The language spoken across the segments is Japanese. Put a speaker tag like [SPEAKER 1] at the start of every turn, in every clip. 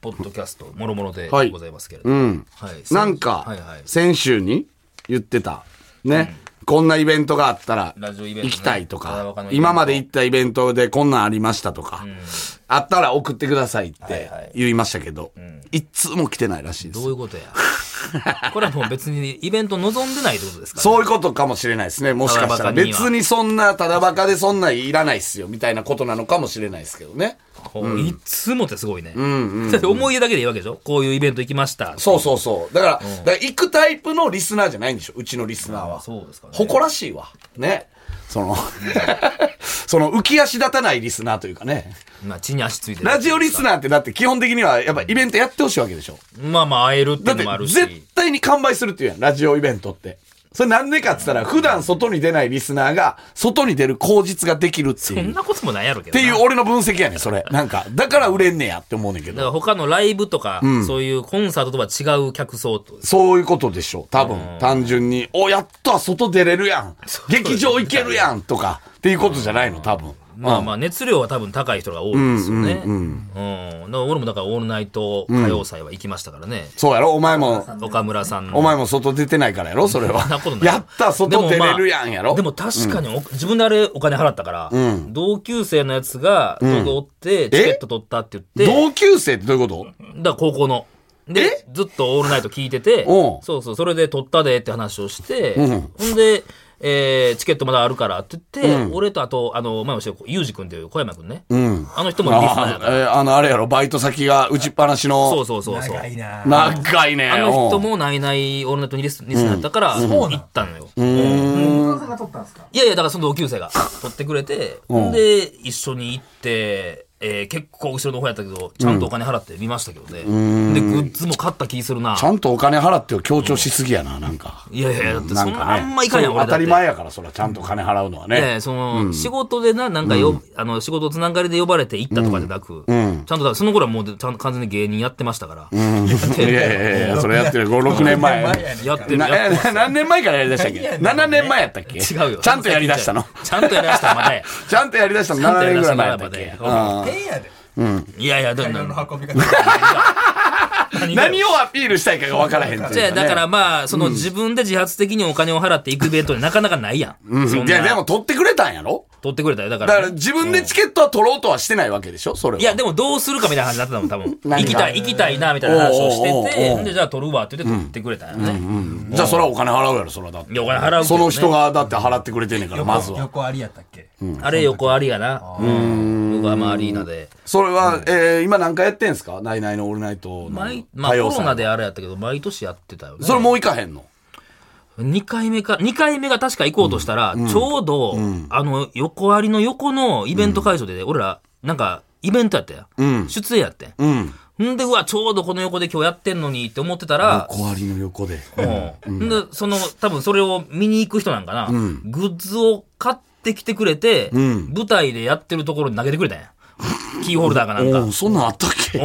[SPEAKER 1] ポッドキャスト、もろもろで
[SPEAKER 2] はい
[SPEAKER 1] ございますけれど
[SPEAKER 2] う
[SPEAKER 1] も。
[SPEAKER 2] ん。
[SPEAKER 1] はい
[SPEAKER 2] なんか
[SPEAKER 1] はいはい、
[SPEAKER 2] 先週に言ってた。ね。こんなイベントがあったら、
[SPEAKER 1] ラジオイベントね
[SPEAKER 2] 行きたいと
[SPEAKER 1] 七日のイベ
[SPEAKER 2] か
[SPEAKER 1] ン、ト
[SPEAKER 2] 今まで行ったイベントでこんなんありましたとか、あったら送ってくださいって
[SPEAKER 1] はいはい
[SPEAKER 2] 言いましたけど、いつも来てないらしいです
[SPEAKER 1] どういう ことや。これはもう別にイベント望んでないってことですか
[SPEAKER 2] そういうことかもしれないですね。もしかしたら。
[SPEAKER 1] ただバカには
[SPEAKER 2] 別にそんな、ただバカでそんないらないっすよ、みたいなことなのかもしれないですけどね。
[SPEAKER 1] ら。ういつもってすごいね。だって思い出だけでいいわけでしょこういうイベント行きました。
[SPEAKER 2] そうそうそう。だから、だから行くタイプのリスナーじゃないんでしょ、うちのリスナーは。
[SPEAKER 1] そうですかね。
[SPEAKER 2] 誇らしいわ。ね。その、 その浮き足立たないリスナーというかね。
[SPEAKER 1] まあ、地に足ついてる
[SPEAKER 2] ラジオリスナーってだって基本的にはやっぱイベントやってほしいわけでしょ。
[SPEAKER 1] まあまあ、会えるってい
[SPEAKER 2] だ
[SPEAKER 1] う
[SPEAKER 2] っ
[SPEAKER 1] のもあ
[SPEAKER 2] て
[SPEAKER 1] るし。
[SPEAKER 2] 絶対に完売するっていうやん、ラジオイベントって。それなんでかって言ったら、普段外に出ないリスナーが、外に出る口実ができるって
[SPEAKER 1] そ
[SPEAKER 2] い
[SPEAKER 1] ん
[SPEAKER 2] う。っ
[SPEAKER 1] なこともないやろうけど
[SPEAKER 2] て
[SPEAKER 1] な。
[SPEAKER 2] いう俺の分析やねんそれ。なんか、だから売れんねやって思うねんけ
[SPEAKER 1] だから
[SPEAKER 2] ど。
[SPEAKER 1] 他のライブとか、そういうコンサートとは違う客層と。
[SPEAKER 2] そういうことでしょ。多分、単純に、お、やっと外出れるやん。劇場行けるやんとか、っていうことじゃないの、多分。
[SPEAKER 1] まあまあ熱量は多分高い人が多いですよね。うんだから俺もだからオールナイト歌謡祭は行きましたからね。
[SPEAKER 2] そうやろお前も、
[SPEAKER 1] 岡村さんの。
[SPEAKER 2] お前も外出てないからやろそれは
[SPEAKER 1] そんなこと。ない
[SPEAKER 2] やった、外出れるやんやろ
[SPEAKER 1] でも確かにお、自分であれお金払ったから、同級生のやつが東京おって、チケット取ったって言って、
[SPEAKER 2] 同級生ってどういうこと
[SPEAKER 1] だから高校の。で、ずっとオールナイト聞いてて
[SPEAKER 2] おう、
[SPEAKER 1] そうそう、それで取ったでって話をして、ほんで、えーチケットまだあるからって言って、俺とあと、あの、前もしてる、ゆうじくんっていう小山くんね。あの人もリスナー
[SPEAKER 2] あ
[SPEAKER 1] やから。
[SPEAKER 2] あえーあの、あれやろバイト先が打ちっぱなし
[SPEAKER 1] そ
[SPEAKER 2] の
[SPEAKER 1] う、そうそうそう。
[SPEAKER 3] いいな
[SPEAKER 2] 長いね。
[SPEAKER 1] あの人
[SPEAKER 2] うん
[SPEAKER 1] もナイナイオールナイトにリスリスナーだったから、行ったのよ。うんいやいや、だからその同級生が取ってくれて、ほんで、一緒に行って、えー結構後ろの方やったけど、ちゃんとお金払って見ましたけどね。で、グッズも買った気するな
[SPEAKER 2] ち。ゃんとお金払ってを強調しすぎやな、なんか。
[SPEAKER 1] いやいや、だってそ
[SPEAKER 2] なんん
[SPEAKER 1] な、あ
[SPEAKER 2] か
[SPEAKER 1] ん
[SPEAKER 2] ね
[SPEAKER 1] ま。いかんやん、
[SPEAKER 2] そう
[SPEAKER 1] 俺だ
[SPEAKER 2] 当
[SPEAKER 1] ったて
[SPEAKER 2] り。前やから、そら、ちゃんと金払うのはね。
[SPEAKER 1] ええその、仕事でな、なんかよ、あの、仕事つながりで呼ばれて行ったとかじゃなく、ちゃんとだ、その頃はもう、ちゃんと完全に芸人やってましたから。
[SPEAKER 2] いやいやいやいや、それやってる。5、6年前。
[SPEAKER 1] やってる、
[SPEAKER 2] な
[SPEAKER 1] やってます
[SPEAKER 2] え何年前からやりだしたっけ ?7 年前やったっけ
[SPEAKER 1] 違うよ。
[SPEAKER 2] ちゃんとやりだしたの。
[SPEAKER 1] ちゃんとやりだしたの、まだや。
[SPEAKER 2] ちゃんとやりだした の
[SPEAKER 1] ちゃんと
[SPEAKER 2] 7
[SPEAKER 1] やりだ
[SPEAKER 2] 年ぐ
[SPEAKER 1] したのま
[SPEAKER 2] らい前
[SPEAKER 1] だ
[SPEAKER 2] や
[SPEAKER 1] や
[SPEAKER 2] ったっけ
[SPEAKER 1] ま
[SPEAKER 3] 変やで。
[SPEAKER 1] だいやいや、だか
[SPEAKER 3] あ
[SPEAKER 1] ら
[SPEAKER 3] の運び方。
[SPEAKER 2] 何をアピールしたいかが分からへんっていう
[SPEAKER 1] じゃあ、
[SPEAKER 2] ね
[SPEAKER 1] だからまあ、その自分で自発的にお金を払っていくイベントになかなかないやん。そん
[SPEAKER 2] い
[SPEAKER 1] な
[SPEAKER 2] や、でも取ってくれたんやろ
[SPEAKER 1] 取ってくれたよ。だか
[SPEAKER 2] だからら
[SPEAKER 1] ね。
[SPEAKER 2] 自分でチケットは取ろうとはしてないわけでしょそれは。
[SPEAKER 1] いや、でもどうするかみたいな話になってたもん、多分。
[SPEAKER 2] 何が
[SPEAKER 1] 行きたい、行きたいな、みたいな話を
[SPEAKER 2] おうおう
[SPEAKER 1] して
[SPEAKER 2] おうお
[SPEAKER 1] て、
[SPEAKER 2] う
[SPEAKER 1] ほんで、じゃあ取るわって言って取ってくれたよね。
[SPEAKER 2] じゃあそれはお金払うやろ、それはだって。
[SPEAKER 1] いやお金払うけどね
[SPEAKER 2] その人がだって払ってくれてんねんから、まずは。
[SPEAKER 3] 横ありやったっけ
[SPEAKER 1] あれ、横ありやな。うん。横浜アリーナで。
[SPEAKER 2] それは、えー、今何回やってんすかナイナイのオールナイトの
[SPEAKER 1] 毎、まあ、
[SPEAKER 2] 歌
[SPEAKER 1] コ
[SPEAKER 2] 謡
[SPEAKER 1] ロ
[SPEAKER 2] 祭
[SPEAKER 1] ナであれやったけど、毎年やってたよね。
[SPEAKER 2] それもう行かへんの
[SPEAKER 1] 2回目か、二回目が確か行こうとしたら、ちょうど、あの、横ありの横のイベント会場で、俺ら、なんか、イベントやったや、ん。出演やってん。
[SPEAKER 2] うん。
[SPEAKER 1] んで、うわ、ちょうどこの横で今日やってんのにって思ってたら、
[SPEAKER 2] 小割りの横で。
[SPEAKER 1] うん。んで、その、多分それを見に行く人なんかな、グッズを買ってきてくれて、舞台でやってるところに投げてくれたんや。キーホルダーかなんか。
[SPEAKER 2] おうそんなんあったっけ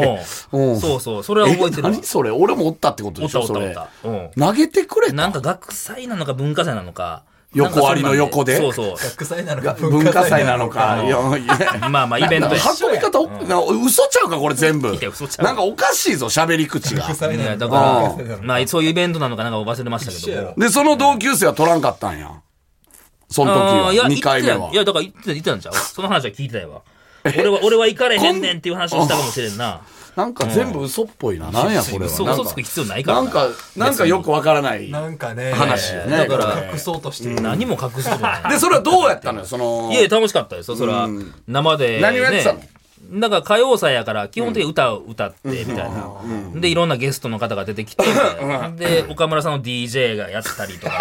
[SPEAKER 1] うん
[SPEAKER 2] ん
[SPEAKER 1] そうそう、それは覚えて
[SPEAKER 2] え
[SPEAKER 1] るわ
[SPEAKER 2] 何それ俺もおったってことでしょ
[SPEAKER 1] おったお
[SPEAKER 2] そ
[SPEAKER 1] ったおっ
[SPEAKER 2] れ
[SPEAKER 1] たうん。
[SPEAKER 2] 投げてくれ
[SPEAKER 1] な
[SPEAKER 2] た
[SPEAKER 1] んか学祭なのか文化祭なのか。
[SPEAKER 2] 横割りの横で
[SPEAKER 1] そうそう。
[SPEAKER 3] 学祭なのか
[SPEAKER 2] 文化祭なのか。いやいや
[SPEAKER 1] まあまあ、イベントやし。
[SPEAKER 2] 運び方お、な嘘ちゃうか、これ全部。
[SPEAKER 1] いや嘘ちゃう
[SPEAKER 2] なんかおかしいぞ、喋り口 が。
[SPEAKER 3] 祭
[SPEAKER 1] い
[SPEAKER 3] な
[SPEAKER 1] や
[SPEAKER 3] の
[SPEAKER 1] だ
[SPEAKER 3] か
[SPEAKER 1] か
[SPEAKER 3] 文化祭なの
[SPEAKER 1] ら、
[SPEAKER 3] か
[SPEAKER 1] まあ、そういうイベントなのかなんか忘れましたけ
[SPEAKER 3] 一緒や
[SPEAKER 1] ども
[SPEAKER 3] ろ。
[SPEAKER 2] で、その同級生は取らんかったんや。その時
[SPEAKER 1] あーいや
[SPEAKER 2] は、2回目
[SPEAKER 1] 行って
[SPEAKER 2] は
[SPEAKER 1] たい。や、だから行ってた、行ってたんちゃうその話は聞いてたよ。俺は、俺は行かれへんねんっていう話をしたかもしれんな。
[SPEAKER 2] なんか全部嘘っぽいな。なんや、これは。
[SPEAKER 1] 嘘、
[SPEAKER 2] なん
[SPEAKER 1] 嘘
[SPEAKER 2] か
[SPEAKER 1] つく必要ないから
[SPEAKER 2] なんか、なんかよくわからない
[SPEAKER 3] なんかね。
[SPEAKER 2] 話よね。
[SPEAKER 1] だから
[SPEAKER 2] こ
[SPEAKER 3] 隠そうとしてる。
[SPEAKER 1] 何も隠すことない。
[SPEAKER 2] れで、それはどうやったのよ、その
[SPEAKER 1] い。や、楽しかったですよ、それは。生で、ね。
[SPEAKER 2] 何をやってたの
[SPEAKER 1] だから歌謡祭やから基本的に歌を歌ってみたいな、でいろんなゲストの方が出てきて、で岡村さんの DJ がやったりと か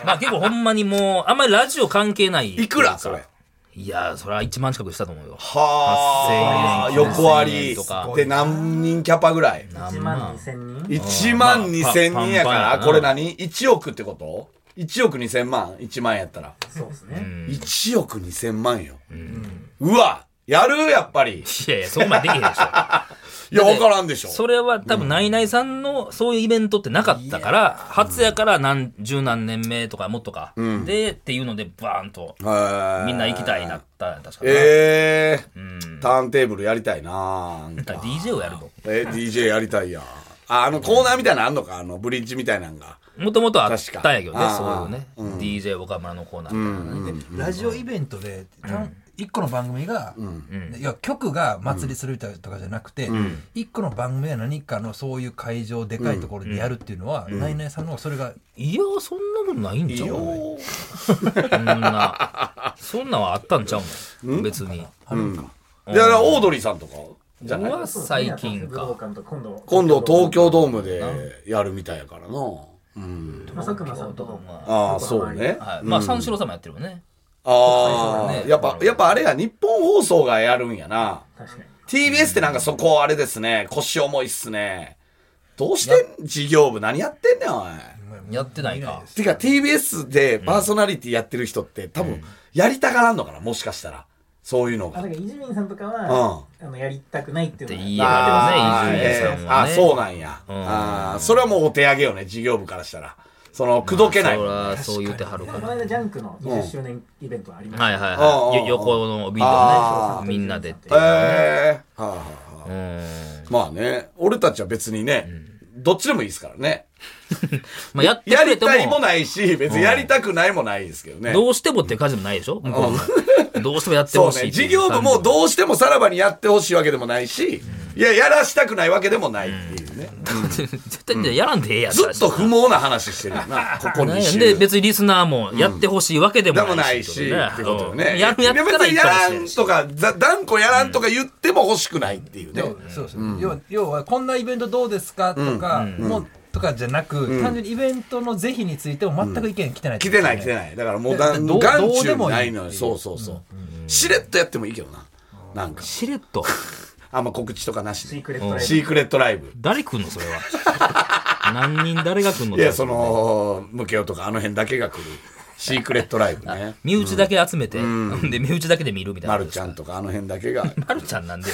[SPEAKER 1] ねまあ結構ほんまにもうあんまりラジオ関係ない
[SPEAKER 2] いくらそれ。
[SPEAKER 1] いやーそれは1万近くしたと思うよ
[SPEAKER 2] はあ、
[SPEAKER 1] 8000円
[SPEAKER 2] 横割
[SPEAKER 1] 9000円
[SPEAKER 2] り
[SPEAKER 1] とか。
[SPEAKER 2] で、何人キャパぐらい
[SPEAKER 1] 1万
[SPEAKER 2] 1万2千人やか
[SPEAKER 1] まあ
[SPEAKER 2] ら、
[SPEAKER 1] パンパンやな
[SPEAKER 2] これ何 ?1 億ってこと ?1 億2千万 ?1 万やったら。そうですね。1億2千万よ。うわやるやっぱり。
[SPEAKER 1] いやいやそこまでできへんでしょ
[SPEAKER 2] いや、わからんでしょ。
[SPEAKER 1] それは多分、ナイナイさんのそういうイベントってなかったから、初やから何、十何年目とかもっとか、で、っていうので、バーンと、み
[SPEAKER 2] み
[SPEAKER 1] んな行きたいな。った、確かに。
[SPEAKER 2] ええターンテーブルやりたいななん
[SPEAKER 1] だから
[SPEAKER 2] か
[SPEAKER 1] DJ をやるの。
[SPEAKER 2] え、DJ やりたいやん。あ、あのコーナーみたいなのあんのかあの、ブリッジみたいなのが。
[SPEAKER 1] もともとあったんやけどね、
[SPEAKER 2] 確
[SPEAKER 1] そういう
[SPEAKER 2] か
[SPEAKER 1] ね、DJ 岡村のコーナーみたいなね
[SPEAKER 3] ラジオイベントで、たん一個の番組が、いや、局が祭りするみたいなとかじゃなくて、一個の番組や何かのそういう会場、でかいところでやるっていうのは、ナイナイさんの方がそれが、
[SPEAKER 1] いや、そんなことないんちゃうそんな、そんなんはあったんちゃうの別に。
[SPEAKER 2] いや、だからオードリーさんとかじゃ
[SPEAKER 1] 僕
[SPEAKER 2] ない
[SPEAKER 1] は最近
[SPEAKER 4] 武道
[SPEAKER 1] か。
[SPEAKER 4] 館と今度
[SPEAKER 2] 今度東京ドームでやるみたいやからな。うん。
[SPEAKER 4] まあ佐久間さんとかも
[SPEAKER 2] ああ、そうね。
[SPEAKER 1] はいまあ、三四郎さんもやってるもんね。
[SPEAKER 2] ああ、
[SPEAKER 1] ね
[SPEAKER 2] やっぱ、やっぱあれや、日本放送がやるんやな。
[SPEAKER 4] 確かに
[SPEAKER 2] TBS ってなんかそこあれですね、腰重いっすね。どうしてん事業部何やってんねん、おい。
[SPEAKER 1] やってないか。
[SPEAKER 2] てか TBS でパーソナリティやってる人って多分やりたがらんのかな、もしかしたら。そういうの
[SPEAKER 4] あ
[SPEAKER 2] が。
[SPEAKER 4] だから伊集院さんとかは、あのやりたくないっていうの
[SPEAKER 1] っ
[SPEAKER 4] が
[SPEAKER 1] ていいや
[SPEAKER 2] あー
[SPEAKER 1] ね伊集院さんはね
[SPEAKER 2] えーあ、そうなんや。あーそれはもうお手上げよね、事業部からしたら。その、口説けない。
[SPEAKER 1] そら、そう言ってはる
[SPEAKER 4] だ
[SPEAKER 1] か
[SPEAKER 4] からこ
[SPEAKER 1] ら。
[SPEAKER 4] の間ジャンクの20周年イベントはありました
[SPEAKER 1] はい
[SPEAKER 4] ね
[SPEAKER 1] はい
[SPEAKER 2] うんうん
[SPEAKER 1] は
[SPEAKER 2] うん
[SPEAKER 1] い。よ横のビデ
[SPEAKER 2] あ
[SPEAKER 1] オ
[SPEAKER 2] ー
[SPEAKER 1] ね、みんなでって。
[SPEAKER 2] ええはあはあはあ
[SPEAKER 1] うん
[SPEAKER 2] まあね、俺たちは別にね、どっちでもいいですからね。
[SPEAKER 1] まあ、やって
[SPEAKER 2] や
[SPEAKER 1] くれ
[SPEAKER 2] り
[SPEAKER 1] て
[SPEAKER 2] たいも
[SPEAKER 1] も、
[SPEAKER 2] ないし、別にやりたくないもないですけどね。
[SPEAKER 1] どうしてもっていう感じでもないでしょ向こうもどうしてもやって
[SPEAKER 2] そ
[SPEAKER 1] ほ
[SPEAKER 2] う
[SPEAKER 1] しい
[SPEAKER 2] ね。
[SPEAKER 1] ってい
[SPEAKER 2] 事
[SPEAKER 1] う
[SPEAKER 2] 業部もどうしてもさらばにやってほしいわけでもないし、いや、やらしたくないわけでもないっていうね。
[SPEAKER 1] 絶対にやらんでええやん
[SPEAKER 2] ずっと不毛な話してるよな、ここ
[SPEAKER 1] な
[SPEAKER 2] に
[SPEAKER 1] んや
[SPEAKER 2] し
[SPEAKER 1] で
[SPEAKER 2] て。
[SPEAKER 1] 別にリスナーもやってほしいわけで
[SPEAKER 2] で
[SPEAKER 1] も
[SPEAKER 2] も
[SPEAKER 1] な
[SPEAKER 2] ないい
[SPEAKER 1] し、
[SPEAKER 2] し、ってことよね。
[SPEAKER 1] うんやるやった
[SPEAKER 2] 別
[SPEAKER 1] らい
[SPEAKER 2] に
[SPEAKER 1] い
[SPEAKER 2] や
[SPEAKER 1] かもし
[SPEAKER 2] ら
[SPEAKER 1] れん
[SPEAKER 2] ん
[SPEAKER 1] し
[SPEAKER 2] とか、ざ断固やらんとか言っても欲しくないっていうね。
[SPEAKER 3] 要そうそう要は要はこんなイベントどうですかとか、もうとかじゃなく、単純にイベントの是非についても全く意見来てないって
[SPEAKER 2] 来
[SPEAKER 3] こと
[SPEAKER 2] て
[SPEAKER 3] ですね、
[SPEAKER 2] ない来てない。だからもう、
[SPEAKER 3] だ
[SPEAKER 2] だ
[SPEAKER 3] だ
[SPEAKER 2] ん
[SPEAKER 3] どう
[SPEAKER 2] 眼
[SPEAKER 3] どうで
[SPEAKER 2] 中
[SPEAKER 3] もいい
[SPEAKER 2] ないのよ。そうそうそう。しれっとやってもいいけどな。なんか、
[SPEAKER 1] しれっと。
[SPEAKER 2] あんま告知とかなし
[SPEAKER 4] シー
[SPEAKER 2] で。
[SPEAKER 4] クレットライブ
[SPEAKER 2] シークレットライブ。
[SPEAKER 1] 誰来んのそれは。 何人誰が来んの
[SPEAKER 2] いや、そ。の、ムケオとかあの辺だけが来る。シークレットライブね。
[SPEAKER 1] 身内だけ集めて、で、身内だけで見るみたいな。
[SPEAKER 2] まるちゃん。とかあの辺だけが。
[SPEAKER 1] まるちゃんなんで。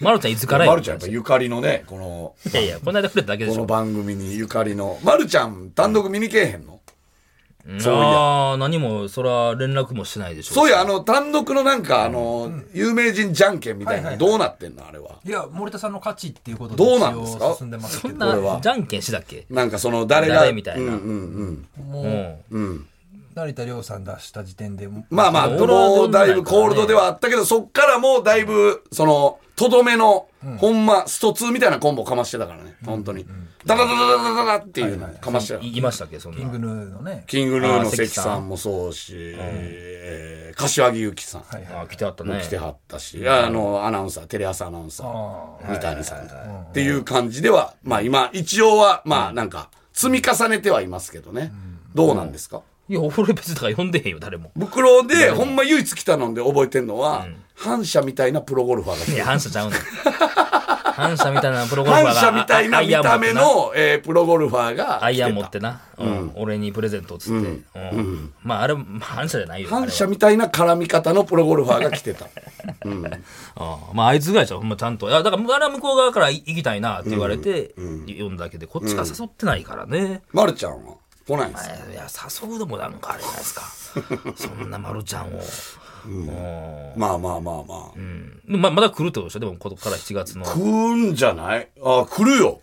[SPEAKER 1] まるちゃんいつから
[SPEAKER 2] まるちゃんやっぱ
[SPEAKER 1] い
[SPEAKER 2] ゆかりのね、この、
[SPEAKER 1] やいや、この間来れただけで
[SPEAKER 2] こ
[SPEAKER 1] し
[SPEAKER 2] の
[SPEAKER 1] ょ。
[SPEAKER 2] 番組にゆかりの。まるちゃん単独見に来えへんのそういや。
[SPEAKER 1] ああ、何も、そら連絡もしてないでしょ。
[SPEAKER 2] そういや、あの、単独のなんか、あの、有名人じゃんけんみたいな、どうなってんのあれは。
[SPEAKER 3] いや森田さんの価値っていうこと
[SPEAKER 2] どうなんですか
[SPEAKER 3] 一応進んでます
[SPEAKER 1] そ
[SPEAKER 3] け
[SPEAKER 1] ん
[SPEAKER 3] ど
[SPEAKER 2] 俺は
[SPEAKER 1] な、じゃんけんしだっけ
[SPEAKER 2] なんかその、誰が。
[SPEAKER 1] 誰みたいな
[SPEAKER 2] うんうん
[SPEAKER 3] も
[SPEAKER 1] う。
[SPEAKER 3] う
[SPEAKER 2] う
[SPEAKER 3] ん
[SPEAKER 2] ん。うん。
[SPEAKER 3] 成田凌さん出した時点で
[SPEAKER 2] まあまあ、
[SPEAKER 1] そう
[SPEAKER 2] この、だい
[SPEAKER 1] どんな
[SPEAKER 2] ぶ
[SPEAKER 1] んかね
[SPEAKER 2] コールドではあったけど、そっからもうだいぶ、その、とどめの、ほんま、スト2みたいなコンボかましてたからね、本当に。ダダダダダダダダっていうのかましてた。
[SPEAKER 1] いいましたっけそん
[SPEAKER 3] キング
[SPEAKER 1] な。
[SPEAKER 3] ヌーのね
[SPEAKER 2] キングヌー
[SPEAKER 1] あ
[SPEAKER 2] の
[SPEAKER 1] ー
[SPEAKER 2] 関
[SPEAKER 1] 関
[SPEAKER 2] さ
[SPEAKER 1] さ
[SPEAKER 2] ん
[SPEAKER 1] ん
[SPEAKER 2] もそうし、えー柏木由紀さん
[SPEAKER 3] はいはい
[SPEAKER 1] あ、来てあった
[SPEAKER 2] も
[SPEAKER 1] ね。
[SPEAKER 2] 来てはったし、あの、アナウンサー、テレ朝アナウンサー、
[SPEAKER 3] あ
[SPEAKER 2] 三谷さんとかっていう感じでは、まあ今、一応は、まあなんか、積み重ねてはいますけどね。どうなんですか
[SPEAKER 1] いや、俺別にだから呼んでへんよ、誰も。
[SPEAKER 2] 袋で、ほんま唯一来たので覚えてんのは、反射みたいなプロゴルファーが来
[SPEAKER 1] い
[SPEAKER 2] て
[SPEAKER 1] や、反射ちゃうねん。 反射みたいなプロゴルファーが。
[SPEAKER 2] 反射みたいな
[SPEAKER 1] あ
[SPEAKER 2] 見た目。の、えープロゴルファーが
[SPEAKER 1] アイアン
[SPEAKER 2] 来
[SPEAKER 1] 持っ
[SPEAKER 2] て。
[SPEAKER 1] たてな。うん。俺にプレゼントっつって。うん。まあ、あれ、まあ反射じゃないよ。
[SPEAKER 2] 反射
[SPEAKER 1] あれ
[SPEAKER 2] みたいな絡み方のプロゴルファーが来て た。
[SPEAKER 1] はうんまあ、あいつぐらいじゃん、ほんまちゃんと。いや、だから、あれは向こう側から行きたいなって言われて、読んだだけで、こっちが誘ってないからね。
[SPEAKER 2] まるちゃんは来ないんですか
[SPEAKER 1] いや、誘うのもなんかあれじゃないですか。 そんな丸ちゃんを。うん
[SPEAKER 2] まあまあまあまあ。
[SPEAKER 1] でもままだ来るってことでしょでも、ここから7月の。
[SPEAKER 2] 来るんじゃないあ、来るよ。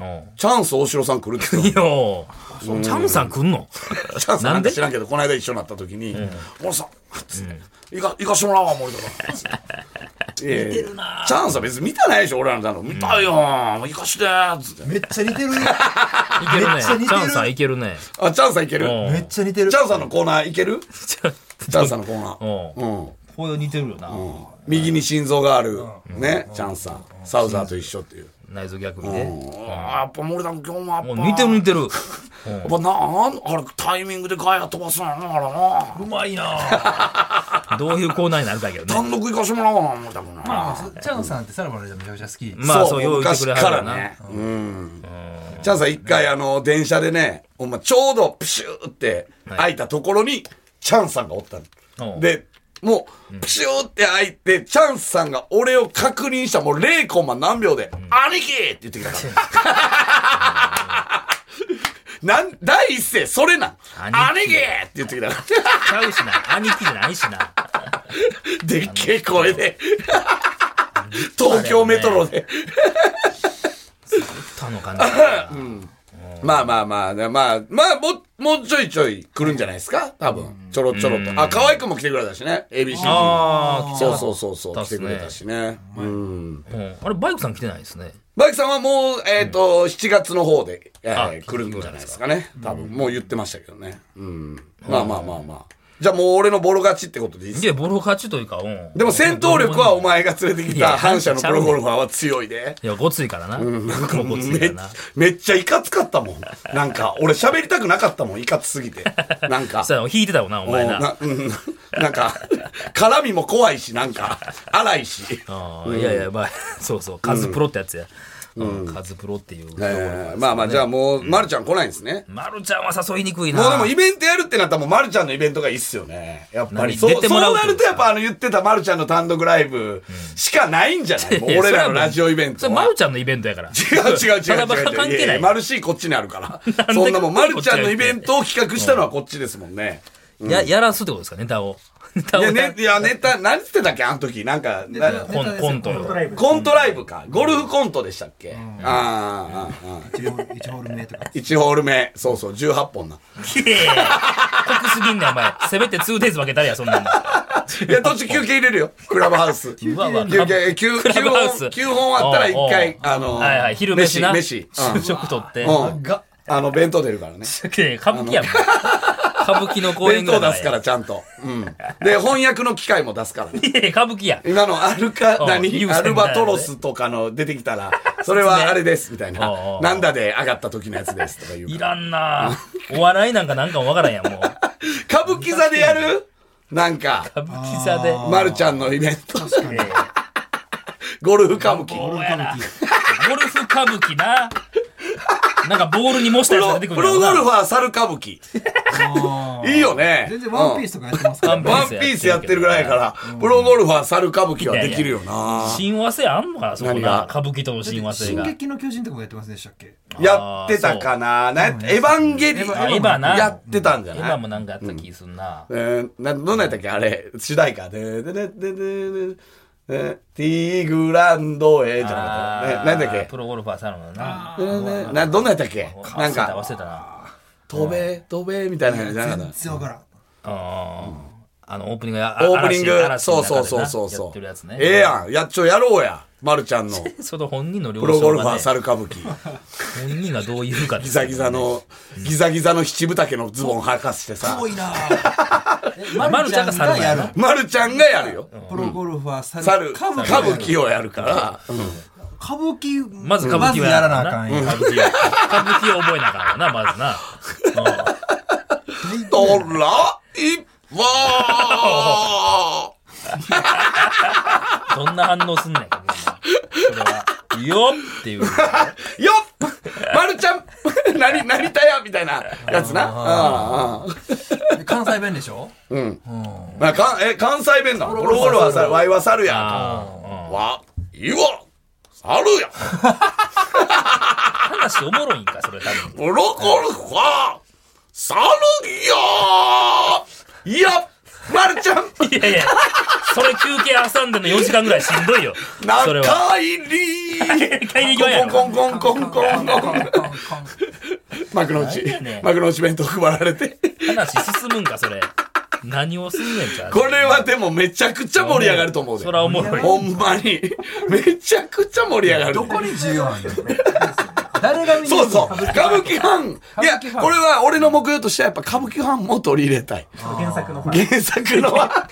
[SPEAKER 1] うん
[SPEAKER 2] チャンス大城さん来るって
[SPEAKER 1] い
[SPEAKER 2] 言っ
[SPEAKER 1] や
[SPEAKER 2] てた。
[SPEAKER 1] チャンさん来んの
[SPEAKER 2] チャンスな
[SPEAKER 1] なんん
[SPEAKER 2] か
[SPEAKER 1] で
[SPEAKER 2] 知らんけど、この間一緒になった時に、俺さ、つって、行か、行かしてもらうわ、森田から。つっていやいや
[SPEAKER 1] 似てるな
[SPEAKER 2] チャンスは別に見てないでしょ、俺らのだろ。見たいよ、行かしてー、つって。
[SPEAKER 3] めっちゃ似てる
[SPEAKER 1] いけるね。
[SPEAKER 3] めっ
[SPEAKER 1] チ
[SPEAKER 3] ちゃ似てる
[SPEAKER 1] ャンさんいけるね。
[SPEAKER 2] あ、チャンスはいける。
[SPEAKER 1] うん
[SPEAKER 3] めっちゃ似てる
[SPEAKER 2] チャンさんのコーナーいけ る
[SPEAKER 1] ちょ
[SPEAKER 2] チャンさんのコーナ
[SPEAKER 1] う
[SPEAKER 2] ー。
[SPEAKER 1] ん。
[SPEAKER 2] うん。
[SPEAKER 1] これ似てるよな。
[SPEAKER 2] 右に心臓がある、ね、チャンさん。サウザーと一緒っていう。
[SPEAKER 1] 内臓逆に
[SPEAKER 2] うん
[SPEAKER 1] ね。
[SPEAKER 2] あーやっぱ森田君今日もやっ
[SPEAKER 1] も
[SPEAKER 2] ぱ
[SPEAKER 1] う似てる似てる。
[SPEAKER 2] やっぱなあんあれタイミングでガヤ飛ばすのやなあれな
[SPEAKER 1] うまいなどういうコーナーになるかやけど ね。
[SPEAKER 2] 単独行かしてもらおうな森田君な、
[SPEAKER 3] チャンさんってさらばの間めちゃくちゃ好き
[SPEAKER 1] まあ、そう、よう言って
[SPEAKER 2] 昔
[SPEAKER 1] くれは
[SPEAKER 2] か
[SPEAKER 1] る
[SPEAKER 2] ら
[SPEAKER 1] よな。
[SPEAKER 2] ね。うん。チャンさん一回あの、電車でね、ほんまちょうどプシューって開いたところに、チャンさんがおったの
[SPEAKER 1] うん
[SPEAKER 2] で、もう、プシューって開いて、チャンスさんが俺を確認した、もう0コンマ何秒で、兄貴って言ってき たから。なん、第一声、それなん。
[SPEAKER 1] 兄
[SPEAKER 2] 兄
[SPEAKER 1] 貴
[SPEAKER 2] 貴って言ってきた か
[SPEAKER 1] ちゃうしな。兄貴じゃないしな。
[SPEAKER 2] ら。でっけえ声で。 東京メトロで。
[SPEAKER 1] 他の感じだから。
[SPEAKER 2] まあまあまあ、でまあ、まあ、もう、もうちょいちょい来るんじゃないですか多分。ちょろちょろと。あ、河合くんも来てくれたしね。ABC。
[SPEAKER 1] ああ、
[SPEAKER 2] そうそうそうそう。
[SPEAKER 1] 来
[SPEAKER 2] 来て
[SPEAKER 1] て
[SPEAKER 2] く
[SPEAKER 1] く
[SPEAKER 2] れ
[SPEAKER 1] れ
[SPEAKER 2] た
[SPEAKER 1] た
[SPEAKER 2] しね。うん。
[SPEAKER 1] うんあれ、バイクさん来てないですね。
[SPEAKER 2] バイクさんはもう、えっ、と、7月の方で、えー
[SPEAKER 1] あ
[SPEAKER 2] 来るんじゃないですかね。多分、もう言ってましたけどね。うん。まあまあまあまあ。じゃあもう俺のボロ勝ちってことでいいっす
[SPEAKER 1] いや、ボロ勝ちというか、うん。
[SPEAKER 2] でも戦闘力はお前が連れてき
[SPEAKER 1] い
[SPEAKER 2] た
[SPEAKER 1] や
[SPEAKER 2] 反射のプロゴルファーは強いで。
[SPEAKER 1] いや、ごついからな。僕もごついか
[SPEAKER 2] め
[SPEAKER 1] らな。
[SPEAKER 2] めっちゃいかつかったもん。なんか、俺喋りたくなかったもん、いかつすぎて。なんか。
[SPEAKER 1] さあ、引いてたもんな、お前な。
[SPEAKER 2] なうん、なんか、絡みも怖いし、なんか、荒 いし。
[SPEAKER 1] ああいやいや、まあ、 そうそう、カズプロってやつや。うんカズプロっていう。
[SPEAKER 2] えーまあまあ、じゃあもう、まるちゃん来ないんですね。
[SPEAKER 1] まるちゃんは誘いにくいな。
[SPEAKER 2] もうでもイベントやるってなったらもうまるちゃんのイベントがいいっすよね。やっぱ
[SPEAKER 1] 何
[SPEAKER 2] り。そう
[SPEAKER 1] 出てもらう
[SPEAKER 2] そうなるとやっ
[SPEAKER 1] ってことですか
[SPEAKER 2] ぱあの言ってたまるちゃんの単独ライブしかないんじゃない、もう
[SPEAKER 1] いや
[SPEAKER 2] 俺らのラジオイベン
[SPEAKER 1] そ
[SPEAKER 2] ト
[SPEAKER 1] れ、
[SPEAKER 2] は。
[SPEAKER 1] まるちゃんのイベントやから。
[SPEAKER 2] 違う違う違う違う
[SPEAKER 1] ただバカ関係ない。
[SPEAKER 2] マルシーこっちにある から。
[SPEAKER 1] で
[SPEAKER 2] そんなもん、
[SPEAKER 1] こっ
[SPEAKER 2] ま
[SPEAKER 1] ち
[SPEAKER 2] るちゃんのイベントを企画したのはこっちですもんね。
[SPEAKER 1] や、やらすってことですか、ネタを。ネタ
[SPEAKER 2] い
[SPEAKER 1] を
[SPEAKER 2] や、ね、いや、ネタ、何つってたっけあの時。なんか、な
[SPEAKER 1] コンコントの。
[SPEAKER 4] ドライブ
[SPEAKER 2] コントライブか。ゴルフコントでしたっけ、あーあー、ああ。
[SPEAKER 3] 一ホール一ホール目とか。
[SPEAKER 2] 1ホール目。そうそう、18本な。
[SPEAKER 1] いやいや濃すぎんねん、お前。せめて 2days 分けたりや、そんなんもん。
[SPEAKER 2] いや、途中休憩入れるよ。クラブハウス。休
[SPEAKER 1] うわうわ
[SPEAKER 2] 憩、九
[SPEAKER 1] クラ
[SPEAKER 2] 九
[SPEAKER 1] ブハウ
[SPEAKER 2] 本、
[SPEAKER 1] ス。
[SPEAKER 2] 九本あったら一回、
[SPEAKER 1] おうおう
[SPEAKER 2] あの、
[SPEAKER 1] はいはい、昼飯な。
[SPEAKER 2] 飯、
[SPEAKER 1] 昼食取って。
[SPEAKER 2] うん。うん。あの、弁当出るからね。
[SPEAKER 1] いやいや歌舞伎やもん。歌舞伎の公演
[SPEAKER 2] 弁
[SPEAKER 1] ぐら
[SPEAKER 2] 当
[SPEAKER 1] いだ
[SPEAKER 2] 出すから、ちゃんと。うん。で、翻訳の機械も出すからね。
[SPEAKER 1] いやいや、歌舞伎や。
[SPEAKER 2] 今のアルカ、
[SPEAKER 1] うん
[SPEAKER 2] 何
[SPEAKER 1] 優先
[SPEAKER 2] ア
[SPEAKER 1] だよね
[SPEAKER 2] ルバトロスとかの出てきたら、それはあれです、みたい
[SPEAKER 1] うんうんう
[SPEAKER 2] な。
[SPEAKER 1] ん
[SPEAKER 2] なんだで上がった時のやつです、とか言う
[SPEAKER 1] い
[SPEAKER 2] から
[SPEAKER 1] んなあお笑いなんかなんかもわからんやん、もう。
[SPEAKER 2] ら。歌舞伎座でやるなんか、
[SPEAKER 1] 歌舞伎座で。
[SPEAKER 2] まるちゃんのイベント。ゴルフ歌舞伎。
[SPEAKER 1] ゴルフ歌舞伎な。なんかボールに模した
[SPEAKER 2] プ
[SPEAKER 1] やつが出
[SPEAKER 2] ロ
[SPEAKER 1] て
[SPEAKER 2] プ
[SPEAKER 1] く
[SPEAKER 2] ロ
[SPEAKER 1] るんやろ
[SPEAKER 2] ゴ
[SPEAKER 1] な
[SPEAKER 2] ルファー猿歌舞伎。いいよね。
[SPEAKER 3] 全然ワンピースとかやってますから
[SPEAKER 1] う。ん
[SPEAKER 2] ワンピースやってるぐらいやから、プロゴルファー猿歌舞伎はできるよな。
[SPEAKER 1] 親和性あんのかな、そこ
[SPEAKER 2] 何
[SPEAKER 1] な
[SPEAKER 2] が。
[SPEAKER 1] 歌舞伎との親和性
[SPEAKER 3] 進
[SPEAKER 1] が。
[SPEAKER 3] 撃の巨人とかもやってますでしたっけ
[SPEAKER 2] やってたかななんやエヴァンゲリオ
[SPEAKER 1] あエヴ
[SPEAKER 2] ン
[SPEAKER 1] ァな
[SPEAKER 2] やってたんじゃない
[SPEAKER 1] 今もなんかやった気すんな。
[SPEAKER 2] えー、な、どんなんやったっけあれ、主題歌。で、で、で、で、で、で、えーティーグランドへじゃなかった。ね、なんだっけ
[SPEAKER 1] プロゴルファーさんのな。
[SPEAKER 2] ねねな、どんなんやったっけなん
[SPEAKER 1] 忘れた
[SPEAKER 2] か、
[SPEAKER 1] 忘れたな。
[SPEAKER 2] 飛べ、飛べ、みたいなやつじゃなかっ
[SPEAKER 3] 全
[SPEAKER 2] た。
[SPEAKER 3] 然わからん。
[SPEAKER 1] うんあの、オープニングや、
[SPEAKER 2] オープニング、
[SPEAKER 1] 嵐嵐
[SPEAKER 2] そ
[SPEAKER 1] の
[SPEAKER 2] うそ
[SPEAKER 1] 中
[SPEAKER 2] う
[SPEAKER 1] でな
[SPEAKER 2] そうそうそ
[SPEAKER 1] やってるやつ
[SPEAKER 2] う。
[SPEAKER 1] ね。
[SPEAKER 2] ええやん。やっちょやろうや。まるちゃんの。
[SPEAKER 1] その本人の了
[SPEAKER 2] プロゴ
[SPEAKER 1] 承
[SPEAKER 2] ルファ
[SPEAKER 1] が
[SPEAKER 2] ー
[SPEAKER 1] ね、
[SPEAKER 2] 猿歌舞伎。
[SPEAKER 1] 本人がどう言うか
[SPEAKER 2] ギザギザの、ギザギザの七分丈のズボン履かせてさ
[SPEAKER 3] 多。いなぁ。
[SPEAKER 1] マルちゃんが猿やな。
[SPEAKER 2] まるちゃんがやるよ。
[SPEAKER 3] プロゴルファー、猿、
[SPEAKER 2] 猿、
[SPEAKER 3] 歌
[SPEAKER 2] 歌
[SPEAKER 3] 舞
[SPEAKER 2] 舞
[SPEAKER 3] 伎。
[SPEAKER 2] 伎をやるから。
[SPEAKER 3] 歌舞伎、
[SPEAKER 1] まず歌舞伎は
[SPEAKER 3] まずやらなあかん
[SPEAKER 1] や
[SPEAKER 3] や
[SPEAKER 1] な。歌舞伎は歌舞伎を覚えなあかんわな、まずな。
[SPEAKER 2] ドライバー
[SPEAKER 1] どんな反応すんねん、これは。よっっていう。
[SPEAKER 2] よっまるちゃん何、何たやみたいなやつな。うんうん
[SPEAKER 3] ん。関西弁でし ょ
[SPEAKER 2] まあかんえ、関西弁だ。ゴロゴロはさ、ワイは猿やん
[SPEAKER 1] あ
[SPEAKER 2] わ、いわ、猿や。
[SPEAKER 1] あ話おもろいんか、それ多分。
[SPEAKER 2] プロゴルファー、猿やいや、まるちゃん、
[SPEAKER 1] いやいや、それ休憩挟んでの4時間ぐらいしんどいよ。それは。
[SPEAKER 2] 中入り。
[SPEAKER 1] 帰り際やろ
[SPEAKER 2] コンコンコンコンコンコンコン。 幕の内
[SPEAKER 1] やね、ん
[SPEAKER 2] 幕の内弁当配られて。
[SPEAKER 1] 話進むんか、それ。何をすんねんちゃう
[SPEAKER 2] これはでもめちゃくちゃ盛り上がると思うで
[SPEAKER 1] そ。らおもろい。
[SPEAKER 2] ほんまに。めちゃくちゃ盛り上がるで。
[SPEAKER 3] どこに需要あんの誰が見に行
[SPEAKER 2] そ
[SPEAKER 3] く
[SPEAKER 2] うそう。歌舞伎ファン。いや、
[SPEAKER 3] 歌舞伎ファン
[SPEAKER 2] これは俺の目標としてはやっぱ歌舞伎ファンも取り入れたい。
[SPEAKER 4] 原作のファン
[SPEAKER 2] 原作のは。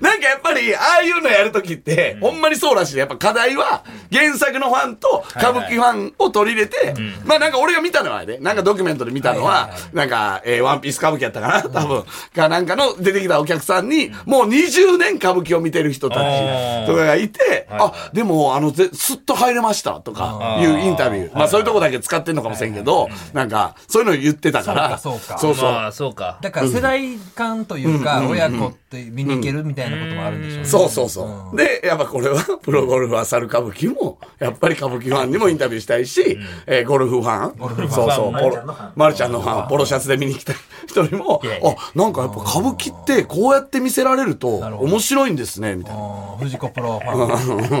[SPEAKER 2] なんかやっぱり、ああいうのやるときって、ほんまにそうらしい。やっぱ課題は、原作のファンと歌舞伎ファンを取り入れて、まあなんか俺が見たのはね、なんかドキュメントで見たのは、なんか、えーワンピース歌舞伎やったかな、多分。か、なんかの出てきたお客さんに、もう20年歌舞伎を見てる人た
[SPEAKER 1] あー
[SPEAKER 2] ちとかがいて、
[SPEAKER 1] はいはい
[SPEAKER 2] あ、でも、あの、ぜすっと入れましたとか、いうインタビュー。まあそういうとこだけ使ってんのかもしれんけど、なんか、そういうの言ってたから。
[SPEAKER 3] そうかそう
[SPEAKER 2] そう
[SPEAKER 3] か
[SPEAKER 2] そう
[SPEAKER 1] まあ、そうか。
[SPEAKER 3] だから世代間というか、親子って見に行けるみたいなこともあるんでしょうね。
[SPEAKER 2] そうそうそう。で、やっぱこれは、 プロゴルファー猿歌舞伎も、やっぱり歌舞伎ファンにもインタビューしたいし、えーゴルフファン、そうそう、
[SPEAKER 4] まるちゃんのファ
[SPEAKER 2] まるちゃんのファ
[SPEAKER 4] ン
[SPEAKER 2] ン、ポロシャツで見に来た人にも
[SPEAKER 1] いやい、や
[SPEAKER 2] あ、なんかやっぱ歌舞伎ってこうやって見せられると
[SPEAKER 3] ほど
[SPEAKER 2] 面白いんですね、みたいな。
[SPEAKER 3] うん。藤子プロファ
[SPEAKER 1] 言っちゃっ
[SPEAKER 3] ン。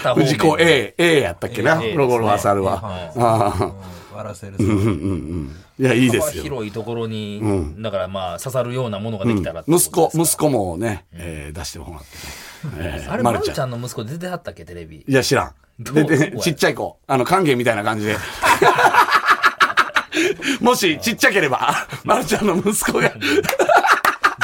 [SPEAKER 1] た方面
[SPEAKER 2] 藤子 A、A やったっけな、
[SPEAKER 1] A
[SPEAKER 2] プロゴルファー猿は。
[SPEAKER 3] はい
[SPEAKER 2] ああ、
[SPEAKER 3] 笑わせる。うん
[SPEAKER 2] いや、いいで
[SPEAKER 1] 幅
[SPEAKER 2] すよ。
[SPEAKER 1] 広いところに、だからまあ、刺さるようなものができたらってことです
[SPEAKER 2] 息
[SPEAKER 1] か
[SPEAKER 2] 子、息子もね、えー出してもらってね。えー
[SPEAKER 1] あれ、まるちゃんの息子出てはったっけ、テレビ。
[SPEAKER 2] いや、知らん。
[SPEAKER 1] どう
[SPEAKER 2] で、で
[SPEAKER 1] どう
[SPEAKER 2] ちっちゃい子。あの、歓迎みたいな感 じで。もし、ちっちゃければ、まるちゃんの息子が、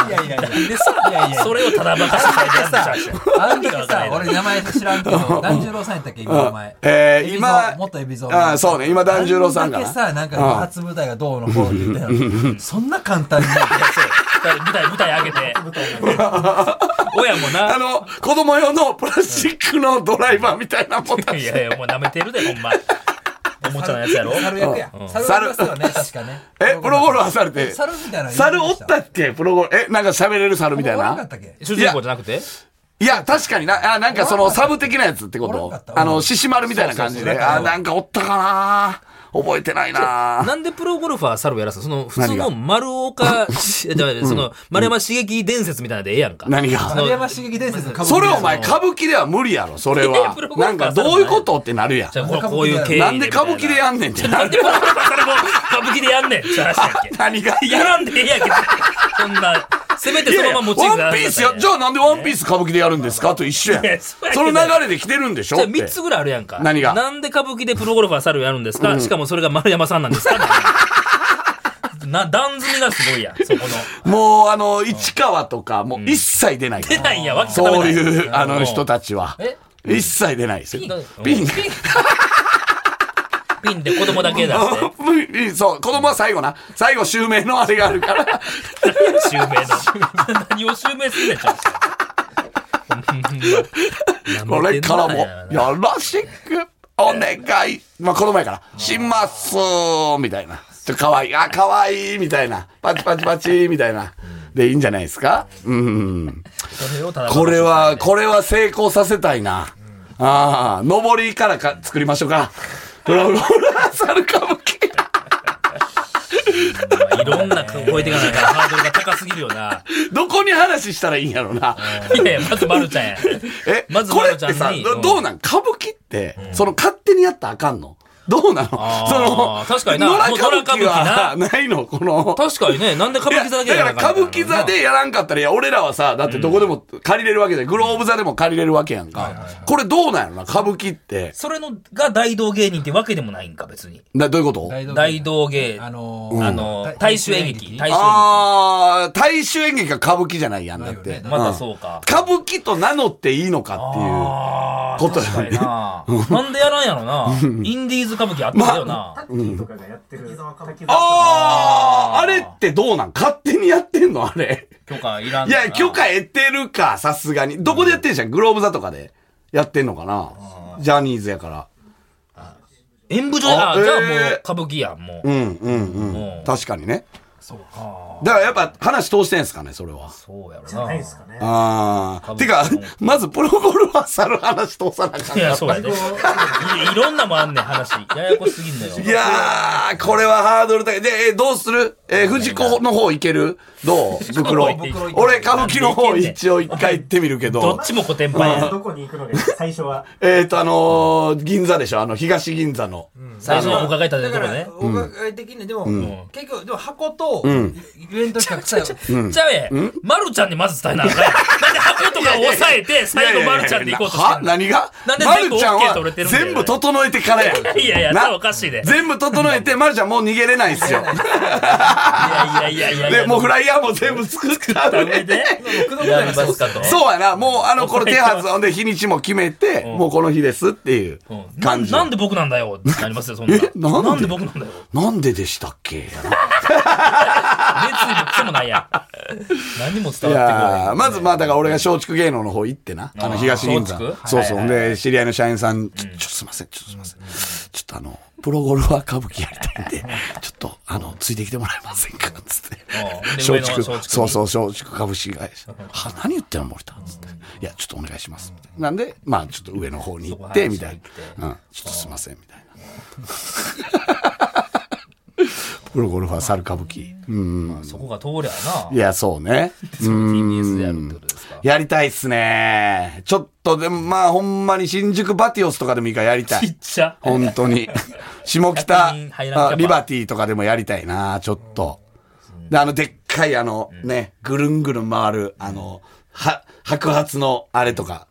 [SPEAKER 3] いやいやいや。で、そいやいや。
[SPEAKER 1] それをただばかしに書いてあるんでしょ。
[SPEAKER 3] あの時さ、俺名前知らんけど、團十郎さんやったっけ、今名前。
[SPEAKER 2] えー
[SPEAKER 3] 海老
[SPEAKER 2] 今
[SPEAKER 3] 蔵元海老蔵の。
[SPEAKER 2] あーそうね、今、團十郎さんが
[SPEAKER 3] あだ
[SPEAKER 2] な
[SPEAKER 3] け。さ、なんか、初舞台がどうのこうのって言ってたのにそんな簡単に。
[SPEAKER 1] 舞台、舞台上げて。親も
[SPEAKER 2] あ
[SPEAKER 1] な。
[SPEAKER 2] の、子供用のプラスチックのドライバーみたいなもんだ
[SPEAKER 1] い
[SPEAKER 2] し
[SPEAKER 1] やいや、もう舐めてるで、ほんま。おもちゃのやつやろ。
[SPEAKER 3] 猿役や。猿役ですよね、確かね。
[SPEAKER 2] え、プロゴルファー猿って、
[SPEAKER 3] 猿みたいな。
[SPEAKER 2] 猿おったっけプロゴル、え、なんか喋れる猿み
[SPEAKER 3] み
[SPEAKER 2] たい
[SPEAKER 3] おらんか
[SPEAKER 2] な
[SPEAKER 3] った。っけ
[SPEAKER 1] 主人公じゃなくて
[SPEAKER 2] いや、確かにな、あ、なんかその、サブ的なやつってこ
[SPEAKER 3] おらんか
[SPEAKER 2] と
[SPEAKER 3] った
[SPEAKER 2] あの、獅子丸みたいな感じ
[SPEAKER 3] そうそう
[SPEAKER 2] で。
[SPEAKER 3] そう
[SPEAKER 2] あー、なんかおったかな覚えてないな
[SPEAKER 1] なんでプロゴルファー猿をやらすのその、普通
[SPEAKER 2] 何が
[SPEAKER 1] の丸岡、しじゃあその、丸山刺激伝説みたいなのでええやんか。
[SPEAKER 2] 何が
[SPEAKER 3] 丸山刺激伝説の株
[SPEAKER 2] それお前歌舞伎では無理やろそれ
[SPEAKER 1] いや
[SPEAKER 2] は
[SPEAKER 1] プロゴルファー
[SPEAKER 2] なんかどういうことってなるや
[SPEAKER 1] じゃあ
[SPEAKER 2] ん
[SPEAKER 1] これこういう経緯
[SPEAKER 2] なんで歌舞伎でや
[SPEAKER 1] ん
[SPEAKER 2] んねんってな
[SPEAKER 1] なん
[SPEAKER 2] る
[SPEAKER 1] でプロゴルファー猿も歌舞伎でやんねんって話やっけ。
[SPEAKER 2] 何がい
[SPEAKER 1] やらんでええやんけ。そんな、せめてそのままモチーフ
[SPEAKER 2] ワンピースやじゃあなんでワンピース歌舞伎でやるんですかと一緒や
[SPEAKER 1] いや
[SPEAKER 2] ん
[SPEAKER 1] そうやけ
[SPEAKER 2] そ
[SPEAKER 1] ど
[SPEAKER 2] の流れで来てるんでしょ
[SPEAKER 1] じゃあ
[SPEAKER 2] って
[SPEAKER 1] 3つぐらいあるやんか。
[SPEAKER 2] 何が
[SPEAKER 1] なんで歌舞伎でプロゴルファー猿をやるんですか、しかもそれが丸山さんなんですかな、段積みがすごいやん、そこの。
[SPEAKER 2] もうあの市川とかもう一切出ないか
[SPEAKER 1] 出
[SPEAKER 2] ら
[SPEAKER 1] ないやん、わけ
[SPEAKER 2] そう
[SPEAKER 1] 固めない
[SPEAKER 2] いうあの人たちは
[SPEAKER 1] え
[SPEAKER 2] 一切出ないですよ
[SPEAKER 1] うん
[SPEAKER 2] ピン
[SPEAKER 1] ピンで子供だけだって。
[SPEAKER 2] ピン そう子供は最後な最後襲名のあれがあるから
[SPEAKER 1] 襲名の。何を襲名するんだよ、ちょっとほんま
[SPEAKER 2] これからも
[SPEAKER 1] や
[SPEAKER 2] よろしくお願い。まあ、この前から、しますみたいな。ちょ、かわいい。あ、かわいいみたいな。パチパチパチみたいな。で、いいんじゃないですかうん。
[SPEAKER 1] それをただ
[SPEAKER 2] これは、これは成功させたいな。ああ、上りからか作りましょう か。ドラゴンラーサル歌舞伎。
[SPEAKER 1] まあいろんな超えていかないからハードルが高すぎるよな。
[SPEAKER 2] どこに話したらいいんやろうな。
[SPEAKER 1] いやいや、まずまるちゃんや。
[SPEAKER 2] え、
[SPEAKER 1] まず
[SPEAKER 2] これっ
[SPEAKER 1] まるち
[SPEAKER 2] て
[SPEAKER 1] ゃ
[SPEAKER 2] さ
[SPEAKER 1] んに、
[SPEAKER 2] どどうなん歌舞伎って、その勝手にやったらあかんのどうなの
[SPEAKER 1] あー
[SPEAKER 2] その、
[SPEAKER 1] 確かにな
[SPEAKER 2] 野良歌舞伎は
[SPEAKER 1] 野良歌
[SPEAKER 2] ないのこの。
[SPEAKER 1] 確かにね、なんで歌
[SPEAKER 2] い
[SPEAKER 1] 舞伎
[SPEAKER 2] や
[SPEAKER 1] 座だ
[SPEAKER 2] だ
[SPEAKER 1] けや
[SPEAKER 2] から
[SPEAKER 1] なか
[SPEAKER 2] 歌
[SPEAKER 1] ったの
[SPEAKER 2] 舞伎座でやらんかったら、いや、俺らはさ、だってどこでも借りれるわけで、グローブ座でも借りれるわけやんか。これどうなんやろな歌舞伎って。
[SPEAKER 1] それのが大道芸人ってわけでもないんか、別に。
[SPEAKER 2] などういうこと
[SPEAKER 1] 大道芸、
[SPEAKER 3] あ
[SPEAKER 1] あの、
[SPEAKER 3] の
[SPEAKER 1] 大衆演劇、大衆演
[SPEAKER 2] ああ、大衆演劇が歌舞伎じゃないやんだって。
[SPEAKER 3] ないよ
[SPEAKER 1] 劇。
[SPEAKER 3] ね
[SPEAKER 1] ま
[SPEAKER 2] う
[SPEAKER 1] た
[SPEAKER 2] ん
[SPEAKER 1] そうか。
[SPEAKER 2] 歌舞伎と名乗っていいのかっていう。
[SPEAKER 1] ああ、
[SPEAKER 2] こと
[SPEAKER 1] 確
[SPEAKER 2] やね
[SPEAKER 1] かにな。なんでやらんやろな。インディーズ歌舞伎あったよ
[SPEAKER 4] タ
[SPEAKER 1] な。
[SPEAKER 4] ッキーとかがやってる。滝沢
[SPEAKER 2] ああ、
[SPEAKER 1] あー
[SPEAKER 2] あれってどうなん勝手にやってんのあれ。
[SPEAKER 1] 許可いらん
[SPEAKER 2] い
[SPEAKER 1] のかな
[SPEAKER 2] や、許可得てるか、さすがに。どこでやってんじゃんグローブ座とかでやってんのかなジャニーズやから。
[SPEAKER 1] 演舞場や
[SPEAKER 2] あ
[SPEAKER 1] あじゃあ
[SPEAKER 2] え
[SPEAKER 1] も
[SPEAKER 2] ー
[SPEAKER 1] う歌舞伎やん、もう
[SPEAKER 2] う。ん、うん、う。
[SPEAKER 1] うんん
[SPEAKER 2] 確かにね。
[SPEAKER 3] そうか。
[SPEAKER 2] だからやっぱ話通してんすかね、それは。
[SPEAKER 1] そうやろ
[SPEAKER 4] じゃ
[SPEAKER 1] な。
[SPEAKER 4] ないですかね。
[SPEAKER 2] ああ。てか
[SPEAKER 1] 歌舞伎、
[SPEAKER 2] まずプロゴルファー猿話通さなあか
[SPEAKER 1] い
[SPEAKER 2] ん
[SPEAKER 1] や、
[SPEAKER 2] か
[SPEAKER 1] そうやね。いいろんなもんあんねん、話。ややこしすぎんのよ。
[SPEAKER 2] いやー、これはハードル高い。で、え、どうするえ、藤子の方行けるどう袋
[SPEAKER 1] 行っていい。
[SPEAKER 2] 俺、歌舞伎の方一応一回行ってみるけ
[SPEAKER 1] ど
[SPEAKER 2] ど
[SPEAKER 1] っ。ちも古典版や。
[SPEAKER 4] どこに行くのがいい最初は。
[SPEAKER 2] えっと、あのー、銀座でしょあの、東銀座の。
[SPEAKER 1] 最初のお伺い立
[SPEAKER 5] だ
[SPEAKER 1] てる
[SPEAKER 5] か
[SPEAKER 1] とこね
[SPEAKER 5] ら、。お伺い的に、でも、結局、でも箱と、
[SPEAKER 3] を、イベント客さえ、
[SPEAKER 1] じゃあえ、まるちゃんにまず伝えなあかん やん。なんで箱とかを押さえて、最後まるちゃんで行こうとして
[SPEAKER 2] は
[SPEAKER 1] んの
[SPEAKER 2] 何が
[SPEAKER 1] なんで
[SPEAKER 2] ま
[SPEAKER 1] 全
[SPEAKER 2] る
[SPEAKER 1] 部
[SPEAKER 2] ちゃん
[SPEAKER 1] OK 取れてる
[SPEAKER 2] は
[SPEAKER 1] んだよ
[SPEAKER 2] 全部整えてからや。
[SPEAKER 1] いやいや、
[SPEAKER 2] な
[SPEAKER 1] それおかしいで。い
[SPEAKER 2] 全部整えて、まるちゃんもう逃げれないっすよ。
[SPEAKER 1] やいやいやいや。
[SPEAKER 2] で、もうフ
[SPEAKER 1] ラ
[SPEAKER 2] ライヤーも全部作った
[SPEAKER 1] イ
[SPEAKER 2] 上で。
[SPEAKER 1] やりますかと。
[SPEAKER 2] そうやな、もうあの、この手はず、ほんで日にちも決めて、もうこの日ですっていう
[SPEAKER 1] うんな
[SPEAKER 2] 感じ。
[SPEAKER 1] なんで僕なんだよってなりますよ、そんな。
[SPEAKER 2] え なんで
[SPEAKER 1] なんで僕なんだよ。
[SPEAKER 2] なんででしたっけ
[SPEAKER 1] 別にもクソもないやん。何も
[SPEAKER 2] い
[SPEAKER 1] 伝わ
[SPEAKER 2] や
[SPEAKER 1] っ
[SPEAKER 2] ー
[SPEAKER 1] て
[SPEAKER 2] まずまあだから俺が松竹芸能の方行ってな、あの東銀座
[SPEAKER 1] 松。竹
[SPEAKER 2] そうそう。
[SPEAKER 1] はいはい
[SPEAKER 2] で、知り合いの社員さん、ちょ、ちょっとすいません、ちょっとすいません。ちょっとあの、プロゴルファー歌舞伎やりたいんで、 ちょっとあの、ついてきてもらえませんかつ って。
[SPEAKER 1] くれ
[SPEAKER 2] 松
[SPEAKER 1] る。
[SPEAKER 2] 竹
[SPEAKER 1] うんで上の松竹
[SPEAKER 2] そうそう、松竹株式会社。は、何言ってんの森田つって。いや、ちょっとお願いします。みたいななんで、まあちょっと上の方に行っ
[SPEAKER 1] そ
[SPEAKER 2] て、
[SPEAKER 1] こ
[SPEAKER 2] みたいな。うん。ちょっとすいません、みたいな。 プロゴルファー猿歌舞伎。うんうん。
[SPEAKER 1] そこが通りゃ
[SPEAKER 2] い
[SPEAKER 1] な。
[SPEAKER 2] や、そう ね。
[SPEAKER 1] その TBS でやるってことですか。
[SPEAKER 2] やりたいっすね。ちょっとでも、まあほんまに新宿バティオスとかでもいいからやりた
[SPEAKER 1] ちっ
[SPEAKER 2] い。
[SPEAKER 1] ちゃ。
[SPEAKER 2] 本当 に。下北
[SPEAKER 1] 100人入らんキャパ
[SPEAKER 2] あリバティとかでもやりたいな、ちょっと。で、あの、でっかいあの、ね、ぐるんぐるん回る、あの、は、白髪のあれとか、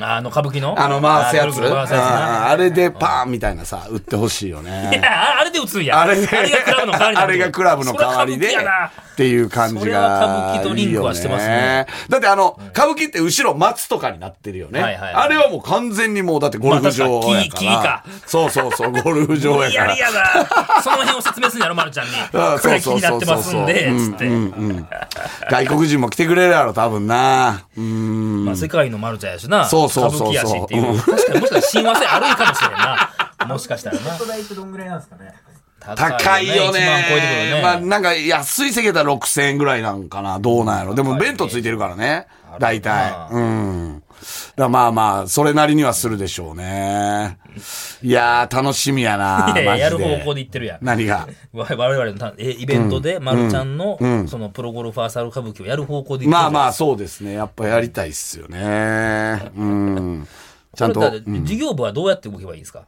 [SPEAKER 1] あの、歌舞伎の
[SPEAKER 2] あの回すやつ。
[SPEAKER 1] あぐるぐる回すやつ
[SPEAKER 2] あ
[SPEAKER 1] な
[SPEAKER 2] ーあれでパーンみたいなさ、売ってほしいよ
[SPEAKER 1] い
[SPEAKER 2] ね。
[SPEAKER 1] や、ああれで打つんや。
[SPEAKER 2] あれで、
[SPEAKER 1] あれがクラブの代わり
[SPEAKER 2] あれがクラブの代わりで
[SPEAKER 1] それ歌舞伎やな、
[SPEAKER 2] っていう感
[SPEAKER 1] そ
[SPEAKER 2] じ
[SPEAKER 1] れは
[SPEAKER 2] が
[SPEAKER 1] 歌舞伎とリンクはしてますね
[SPEAKER 2] いいよだってあの、歌舞伎って後ろ松とかになってるよね。
[SPEAKER 1] はいはいはい
[SPEAKER 2] あれはもう完全にもうだってゴルフ場
[SPEAKER 1] まあ確か
[SPEAKER 2] やか。
[SPEAKER 1] らに木木か
[SPEAKER 2] そうそうそう、ゴルフ場や
[SPEAKER 1] や
[SPEAKER 2] か
[SPEAKER 1] り
[SPEAKER 2] ら。
[SPEAKER 1] やだ。その辺を説明するんやろ、まるちゃんに。
[SPEAKER 2] あ
[SPEAKER 1] これ気になってますんで、つって。
[SPEAKER 2] 外国人も来てくれるやろ、多分な。うん。
[SPEAKER 1] まあ、世界のマルちゃんやしな。
[SPEAKER 2] そうそうそ
[SPEAKER 1] 歌舞
[SPEAKER 2] うそう
[SPEAKER 1] 伎やしっていう。確かに、もしかしたら親和性あるんかもしれんな。もしかしたらな
[SPEAKER 4] ト。代ってどんぐらいなんですかね
[SPEAKER 2] 高い
[SPEAKER 1] 1万
[SPEAKER 2] よね。
[SPEAKER 1] 超えてくるね。
[SPEAKER 2] まあなんか安い席だったら6000円ぐらいなんかな。どうなんやろ。でも弁当ついてるからね。大体。うん。だからまあまあ、それなりにはするでしょうね。いやー、楽しみや な。
[SPEAKER 1] いやいややる
[SPEAKER 2] マジ
[SPEAKER 1] 方向でいってるやん。
[SPEAKER 2] 何が
[SPEAKER 1] わ我々のたえイベントで、まるちゃんの、そのプロゴルファーサル歌舞伎をやる方向でいってる
[SPEAKER 2] まあま
[SPEAKER 1] あ、
[SPEAKER 2] あそうですね。やっぱやりたいっすよね。うん。ちゃんと。
[SPEAKER 1] これだって事業部はどうやって動けばいいんですか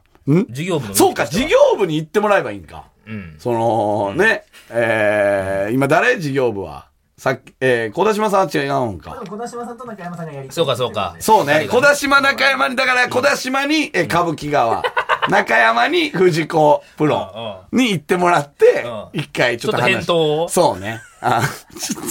[SPEAKER 1] 事業部の。
[SPEAKER 2] そうか、事業部に行ってもらえばいいんか。そのね、えー、今誰事業部は。さっき、えー、小田島さんは違うんか
[SPEAKER 4] 多。分小田島さんと中山さんがやりたい
[SPEAKER 1] そうか、そうか。
[SPEAKER 2] そうね。小田島中山に、だから小田島に、えー、歌舞伎川。 中山に藤子プロに行ってもらって
[SPEAKER 1] うん、
[SPEAKER 2] 一回ちょっと話
[SPEAKER 1] ちょっと返答を
[SPEAKER 2] そうね。あ、 ちょっ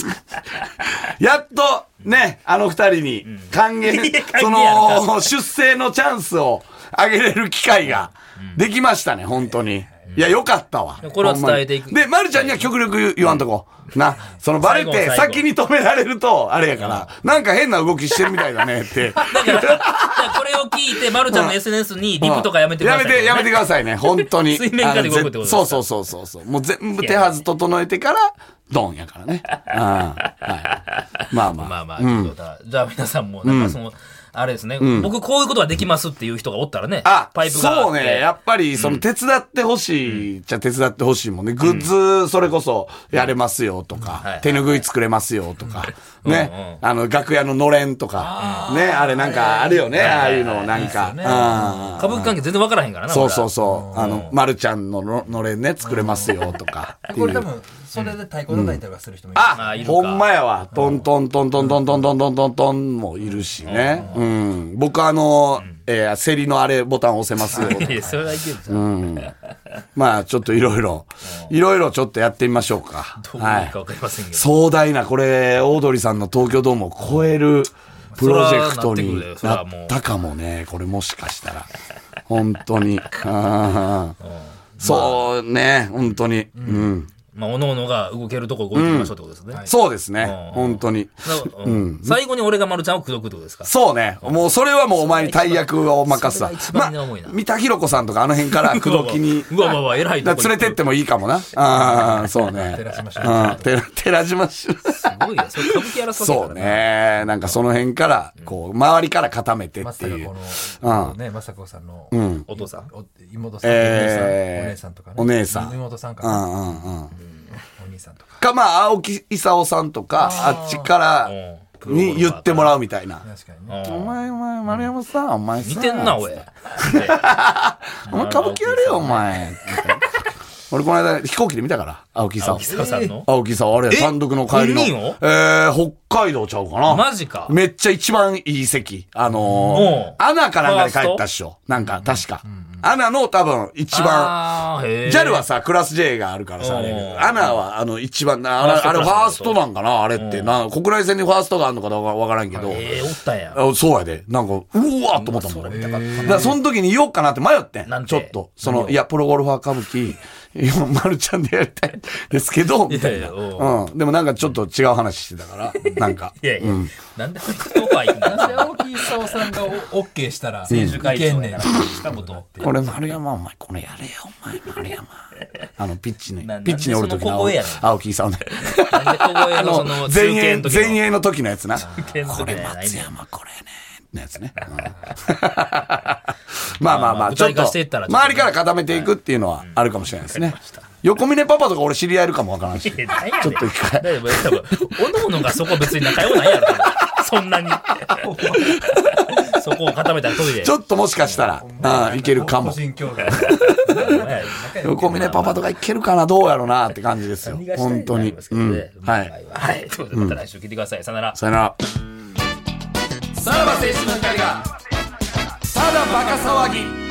[SPEAKER 2] と。やっと、ね、あの二人に還元、
[SPEAKER 1] いや還
[SPEAKER 2] そ
[SPEAKER 1] 元やろ確か
[SPEAKER 2] の、出世のチャンスをあげれる機会ができましたね、本当に。いや、よかったわ。
[SPEAKER 1] これは伝えていく
[SPEAKER 2] ほんまにで、まるちゃんには極力言わんとこ。な、そのバレ
[SPEAKER 1] 最後
[SPEAKER 2] て
[SPEAKER 1] の最後
[SPEAKER 2] 先に止められると、あれやから、なんか変な動きしてるみたいだ ねって。
[SPEAKER 1] だから、だからこれを聞いて、まるちゃんの SNS にリプとかやめてくださいとかね、
[SPEAKER 2] やめて、やめてくださいね。本当に。
[SPEAKER 1] 水面下で動くってことですか
[SPEAKER 2] あのぜそうそうそうそうそう。もう全部手はず整えてから、ドンやからね。うん。はい。まあまあ。
[SPEAKER 1] まあまあ、ちょっとだじゃあ皆さんも、なんかその、あれですね、僕こういうことができますっていう人がおったらね、
[SPEAKER 2] あ、
[SPEAKER 1] パイプがあって。
[SPEAKER 2] そうね。やっぱり、その、手伝ってほしい、じゃ手伝ってほしいもんね。グッズ、それこそ、やれますよと
[SPEAKER 1] はいは
[SPEAKER 2] か
[SPEAKER 1] い、
[SPEAKER 2] 手拭い作れますよとか、ね。あの、楽屋ののれんとか、ね。あれなんか、あるよね。ああいうの、なんか。うん
[SPEAKER 1] 歌舞伎関係全然わからへんからな。
[SPEAKER 2] そうそう
[SPEAKER 1] そ
[SPEAKER 2] そう。あの、まるちゃんのののれんね、作れますよとか。っていう
[SPEAKER 3] これ多分、それで太鼓叩いたりとかする人もいる。
[SPEAKER 1] あ
[SPEAKER 2] あ
[SPEAKER 1] いるか
[SPEAKER 2] ほんまやわ。トントントントントントントントントントンもいるしね。うん。僕あの、えー、セリのあれボタン押せますよ。
[SPEAKER 1] いや、それはいけるじゃん。
[SPEAKER 2] まあ、ちょっといろいろ、いろいろちょっとやってみましょうか。
[SPEAKER 1] どう
[SPEAKER 2] は
[SPEAKER 1] いう
[SPEAKER 2] い
[SPEAKER 1] か。わかりませんけど。
[SPEAKER 2] 壮大な、これ、オードリーさんの東京ドームを超えるプロジェクトに
[SPEAKER 1] そらな
[SPEAKER 2] な
[SPEAKER 1] ってくるよそらもう
[SPEAKER 2] ったかもね。これもしかしたら。本当に。あーそうね、本当に。うん。
[SPEAKER 1] まあ、おののが動けるとこ動いていきましょうってことですね。はい
[SPEAKER 2] そうです
[SPEAKER 1] う。
[SPEAKER 2] ね
[SPEAKER 1] ん
[SPEAKER 2] 本当に。
[SPEAKER 1] なうん最後に俺が丸ちゃんを口説くってことですか
[SPEAKER 2] そうね。もうそれはもうお前に大役を任すわ。
[SPEAKER 1] それが
[SPEAKER 2] ま
[SPEAKER 1] 一番それが一番重いな
[SPEAKER 2] あ、三田寛子さんとかあの辺から口説き に。
[SPEAKER 1] うわうわうわ、偉い
[SPEAKER 2] だ
[SPEAKER 1] と
[SPEAKER 2] か
[SPEAKER 1] こ
[SPEAKER 2] ら連れてってもいいかもな。ああ、そうね。
[SPEAKER 3] 寺島しの
[SPEAKER 2] うん寺寺島し
[SPEAKER 1] すごいね。それ歌舞伎やらすわけだ
[SPEAKER 2] そ
[SPEAKER 1] か
[SPEAKER 2] う
[SPEAKER 1] らな。
[SPEAKER 2] ね。なんかその辺から、こう、周りから固めて
[SPEAKER 3] ま
[SPEAKER 2] って
[SPEAKER 3] さか
[SPEAKER 2] い
[SPEAKER 3] こ
[SPEAKER 2] う。
[SPEAKER 3] の、ね、まさこさんの、
[SPEAKER 1] お父さん。
[SPEAKER 3] お妹さん、
[SPEAKER 2] えー
[SPEAKER 3] お姉さんとかね。
[SPEAKER 2] お姉さん
[SPEAKER 3] 妹さんか
[SPEAKER 2] う
[SPEAKER 3] な、
[SPEAKER 2] んうんうん。
[SPEAKER 3] お兄さんとか。
[SPEAKER 2] か、まあ、青木勲さんとか、あっちから
[SPEAKER 1] うん
[SPEAKER 2] に言ってもらうみたいな。
[SPEAKER 3] 確かにね。
[SPEAKER 1] うん
[SPEAKER 2] お前、お前、丸山さん、お前さ。
[SPEAKER 1] 似てんな、おい。
[SPEAKER 2] お前歌舞伎やれよ、お前。 俺この間飛行機で見たから、青木さん。
[SPEAKER 1] 青木沢さんの
[SPEAKER 2] 青木さん、あれ、
[SPEAKER 1] え
[SPEAKER 2] 単独の帰りの。
[SPEAKER 1] 本人を
[SPEAKER 2] えー、北海道ちゃうかな。
[SPEAKER 1] マジか
[SPEAKER 2] めっちゃ一番いい席。
[SPEAKER 1] も
[SPEAKER 2] あの
[SPEAKER 1] う
[SPEAKER 2] ー、アナかなんかで帰ったっしょ。なんか、確か。アナの多分、一番。
[SPEAKER 1] あーへー
[SPEAKER 2] JAL はさ、クラス J があるからさ、あれ
[SPEAKER 1] うん
[SPEAKER 2] アナは、あの、一番、なあれ、
[SPEAKER 1] ファースト
[SPEAKER 2] あ
[SPEAKER 1] ク
[SPEAKER 2] れ
[SPEAKER 1] ラ
[SPEAKER 2] フ
[SPEAKER 1] ス
[SPEAKER 2] ァーストなんかなあれって。な、国内線にファーストがあるのかどうかわからんけど。
[SPEAKER 1] えー、おったんや。
[SPEAKER 2] あそうやで。なんか、うわーっと思ったもん、俺。だから、その時に言おうかなって迷って
[SPEAKER 1] なん
[SPEAKER 2] ん。
[SPEAKER 1] て
[SPEAKER 2] ちょっと。その、いや、プロゴルファー歌舞伎、 今、まるちゃんでやりたいですけど、みたい
[SPEAKER 1] いや
[SPEAKER 2] な。
[SPEAKER 1] いや
[SPEAKER 2] うん。でもなんかちょっと違う話してた から、なんか。
[SPEAKER 1] いやいや、なんでオファー行くの
[SPEAKER 3] なんで青木功さんがオッケーしたら、
[SPEAKER 1] 選手会
[SPEAKER 3] いけ
[SPEAKER 1] 長
[SPEAKER 3] んねん
[SPEAKER 1] やからしたこと。
[SPEAKER 2] これ、丸山、お前、これやれよ、お前、丸山。あの、ピッチに
[SPEAKER 1] な、
[SPEAKER 2] ピッチにおる時
[SPEAKER 1] なんでその小
[SPEAKER 2] の青
[SPEAKER 1] 声やねん
[SPEAKER 2] 青 木さんね。
[SPEAKER 1] なんで小声
[SPEAKER 2] あ
[SPEAKER 1] のそ
[SPEAKER 2] の
[SPEAKER 1] の、、中
[SPEAKER 2] 前
[SPEAKER 1] 継
[SPEAKER 2] 衛
[SPEAKER 1] の、時の
[SPEAKER 2] 前衛の時のやつな。
[SPEAKER 1] 継の時
[SPEAKER 2] こ
[SPEAKER 1] の
[SPEAKER 2] れ、
[SPEAKER 1] やつないね
[SPEAKER 2] 松山、これね。のやつ ね。うん まあまあま
[SPEAKER 1] まあ
[SPEAKER 2] あ、ちょ
[SPEAKER 1] 具体
[SPEAKER 2] っ
[SPEAKER 1] 化
[SPEAKER 2] と、
[SPEAKER 1] してい
[SPEAKER 2] 周
[SPEAKER 1] ったらちょっとね
[SPEAKER 2] りから固めていくっていうのはあるかもしれないですね。横峰パパとか俺知り合えるかもわからんし。
[SPEAKER 1] いや
[SPEAKER 2] ち
[SPEAKER 1] なんやねん
[SPEAKER 2] ょっと一回。
[SPEAKER 1] 大丈夫、大丈夫。おのおのがそこ別に仲良くないやろ、 そんなに。そこを固めたらトイレ。
[SPEAKER 2] ちょっともしかしたら、ああ、いけるかも
[SPEAKER 3] 個。人競技。
[SPEAKER 2] 横峰パパとかいけるかな、どうやろうなって感じですよ
[SPEAKER 1] 何が。したい
[SPEAKER 2] 本
[SPEAKER 1] んだ
[SPEAKER 2] 当
[SPEAKER 1] よ
[SPEAKER 2] に。うん。は。
[SPEAKER 1] はいい。はい。ということで、また来週聞いてください。さよなら。
[SPEAKER 2] さよなら。
[SPEAKER 1] さらば青春の光が
[SPEAKER 2] ただバカ騒ぎ。